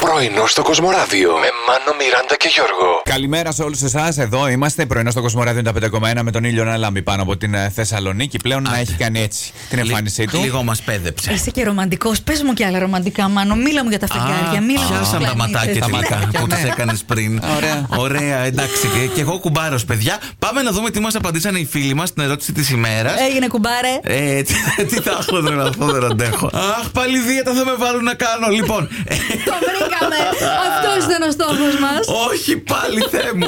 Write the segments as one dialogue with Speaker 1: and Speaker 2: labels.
Speaker 1: Πρωινό στο Κοσμοράδιο με Μάνο, Μιράντα και Γιώργο.
Speaker 2: Καλημέρα σε όλους εσάς. Εδώ είμαστε. Πρωινό στο Κοσμοράδιο 95,1 με τον ήλιο να λάμπει πάνω από την ε, Θεσσαλονίκη. Πλέον να έχει κάνει έτσι την εμφάνισή του.
Speaker 3: Λίγο μας πέδεψε.
Speaker 4: Είσαι και ρομαντικός. Πες μου και άλλα ρομαντικά, Μάνο. Μίλα μου για τα φεγγάρια. Μίλα μου για
Speaker 3: πιάσαν τα ματάκια
Speaker 2: Τα
Speaker 3: τελικά
Speaker 2: ματάκια,
Speaker 3: που
Speaker 2: ναι.
Speaker 3: τι έκανες πριν.
Speaker 2: Ωραία.
Speaker 3: Ωραία, εντάξει. Και, και εγώ κουμπάρος, παιδιά. Πάμε να δούμε τι μας απαντήσανε οι φίλοι μας στην ερώτηση της ημέρας.
Speaker 4: Έγινε κουμπάρε.
Speaker 3: Ε, τι, τι θα έχω τρελαθώ, δεν αντέχω. Αχ, πάλι δίαιτα θα με βάλουν να κάνω. Λοιπόν, ε,
Speaker 4: Το βρήκαμε. Αυτός ήταν ο στόχος μας.
Speaker 3: όχι πάλι, Θεέ μου.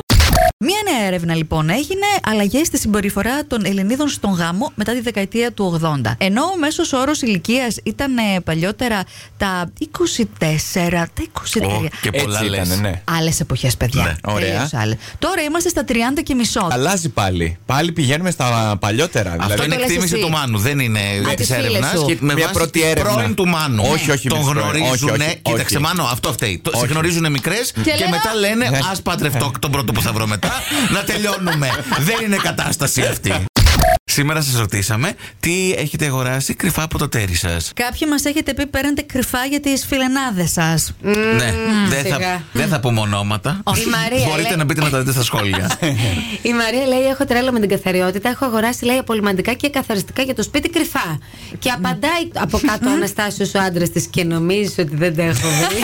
Speaker 4: Μία νέα έρευνα λοιπόν έγινε αλλαγές στη συμπεριφορά των Ελληνίδων στον γάμο μετά τη δεκαετία του 80. Ενώ ο μέσος όρος ηλικίας ήταν ε, παλιότερα τα 24, τα 23.
Speaker 3: Ω, και πολλά
Speaker 2: Έτσι
Speaker 3: λες.
Speaker 2: ήτανε, ναι.
Speaker 4: Άλλες εποχές, παιδιά.
Speaker 2: Ναι, ωραία.
Speaker 4: Τελείως άλλες. Τώρα είμαστε στα 30 και μισό.
Speaker 2: Αλλάζει πάλι. Πάλι πηγαίνουμε στα παλιότερα.
Speaker 3: Αυτό
Speaker 2: δηλαδή.
Speaker 3: είναι
Speaker 4: το λες
Speaker 3: εκτίμηση
Speaker 4: εσύ.
Speaker 3: του Μάνου, δεν είναι
Speaker 4: τις
Speaker 3: τη
Speaker 4: φίλες
Speaker 3: έρευνας.
Speaker 4: σου.
Speaker 3: Με
Speaker 2: Μια
Speaker 3: βάση
Speaker 2: πρώτη
Speaker 3: την
Speaker 2: έρευνα.
Speaker 3: πρώην του Μάνου.
Speaker 2: Ναι. Όχι, όχι,
Speaker 3: Τον
Speaker 2: μη πρώην. Όχι,
Speaker 3: γνωρίζουν.
Speaker 2: όχι,
Speaker 3: Κοίταξε,
Speaker 2: όχι.
Speaker 3: Μάνο, αυτό φταίει. Το- Σε
Speaker 2: Όχι.
Speaker 3: γνωρίζουν μικρές και,
Speaker 4: λένε,
Speaker 3: μετά λένε
Speaker 2: Ναι.
Speaker 3: Ας παντρευτώ τον πρώτο που θα βρω μετά. να τελειώνουμε. δεν είναι κατάσταση αυτή. Σήμερα σας ρωτήσαμε τι έχετε αγοράσει κρυφά από το τέρι σας.
Speaker 4: Κάποιοι μας έχετε πει παίρνετε κρυφά για τις φιλενάδες σας.
Speaker 3: Ναι, δεν θα,
Speaker 5: σιγά.
Speaker 3: δεν θα πούμε ονόματα.
Speaker 5: Η Μαρία
Speaker 3: Μπορείτε
Speaker 5: λέει-
Speaker 3: να μπείτε να τα δείτε στα σχόλια.
Speaker 5: Η Μαρία λέει: Έχω τρέλα με την καθαριότητα. Έχω αγοράσει λέει απολυμαντικά και καθαριστικά για το σπίτι κρυφά. Και απαντάει από κάτω ο Αναστάσιος ο άντρας της και νομίζει ότι δεν τα έχω βρει.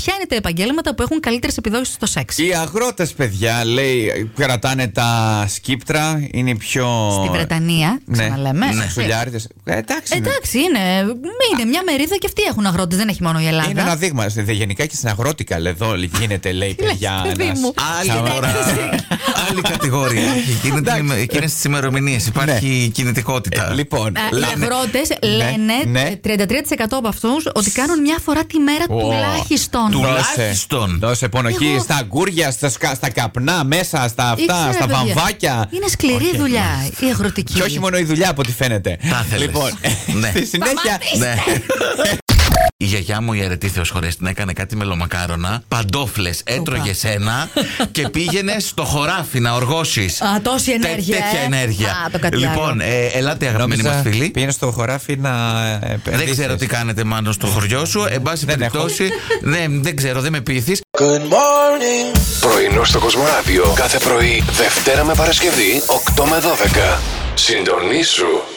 Speaker 4: Ποια είναι τα επαγγέλματα που έχουν καλύτερες επιδόσεις στο σεξ.
Speaker 2: Οι αγρότες, παιδιά, λέει, κρατάνε τα σκύπτρα. Είναι οι πιο.
Speaker 4: Στη Βρετανία, ξαναλέμε.
Speaker 2: Ναι,
Speaker 4: Ε,
Speaker 2: σουλιάριδες. Ε, Εντάξει. είναι.
Speaker 4: Εντάξει, είναι. Είναι μια μερίδα και αυτοί έχουν αγρότες, δεν έχει μόνο η Ελλάδα.
Speaker 2: Είναι ένα δείγμα. Στη- Γενικά και στην αγρότικα, λέει, εδώ γίνεται, λέει, παιδιά.
Speaker 4: παιδί
Speaker 2: ένας
Speaker 4: μου.
Speaker 3: Άλλη
Speaker 2: σαμουράς.
Speaker 3: ώρα. Άλλη κατηγορία. Εκείνες τις ημερομηνίες υπάρχει κινητικότητα.
Speaker 2: Ε, Λοιπόν,
Speaker 4: Ε, Οι
Speaker 2: λένε-
Speaker 4: αγρότες
Speaker 2: Ναι,
Speaker 4: λένε
Speaker 2: ναι.
Speaker 4: 33% από αυτούς ότι κάνουν μια φορά τη μέρα
Speaker 2: Ω,
Speaker 4: τουλάχιστον.
Speaker 3: του-
Speaker 2: δώσε.
Speaker 3: Τουλάχιστον.
Speaker 2: Δώσε πονοχή
Speaker 4: Εγώ-
Speaker 2: στα αγκούρια, στα, σκα- στα καπνά, μέσα, στα αυτά,
Speaker 4: Ήξερα,
Speaker 2: στα
Speaker 4: παιδιά.
Speaker 2: βαμβάκια.
Speaker 4: Είναι σκληρή δουλειά η αγροτική.
Speaker 2: Και όχι μόνο η δουλειά από ό,τι φαίνεται.
Speaker 3: Τα θέλες.
Speaker 2: Λοιπόν,
Speaker 3: Ναι.
Speaker 2: στη συνέχεια.
Speaker 3: Ναι. Η γιαγιά μου η αρετήθεο χωρέ την έκανε κάτι με λομακάρονα, παντόφλες, έτρωγε σένα και πήγαινε στο χωράφι να οργώσεις.
Speaker 4: Α, τόση ενέργεια.
Speaker 3: τέτοια
Speaker 4: ε.
Speaker 3: ενέργεια.
Speaker 4: Α, το κάτι
Speaker 3: λοιπόν,
Speaker 4: άλλο.
Speaker 3: ε, ελάτε αγαπημένοι
Speaker 2: Νόμιζα
Speaker 3: μας φίλοι.
Speaker 2: Πήγαινε στο χωράφι να. ε,
Speaker 3: Δεν
Speaker 2: επενδύσεις.
Speaker 3: ξέρω τι κάνετε μάλλον στο χωριό σου. Εν πάση
Speaker 2: Δεν έχω.
Speaker 3: περιπτώσει, δεν, δεν ξέρω, δεν με πείθεις.
Speaker 1: Πρωινό στο Κοσμοράδιο κάθε πρωί, Δευτέρα με Παρασκευή, 8 με 12. Συντονίσου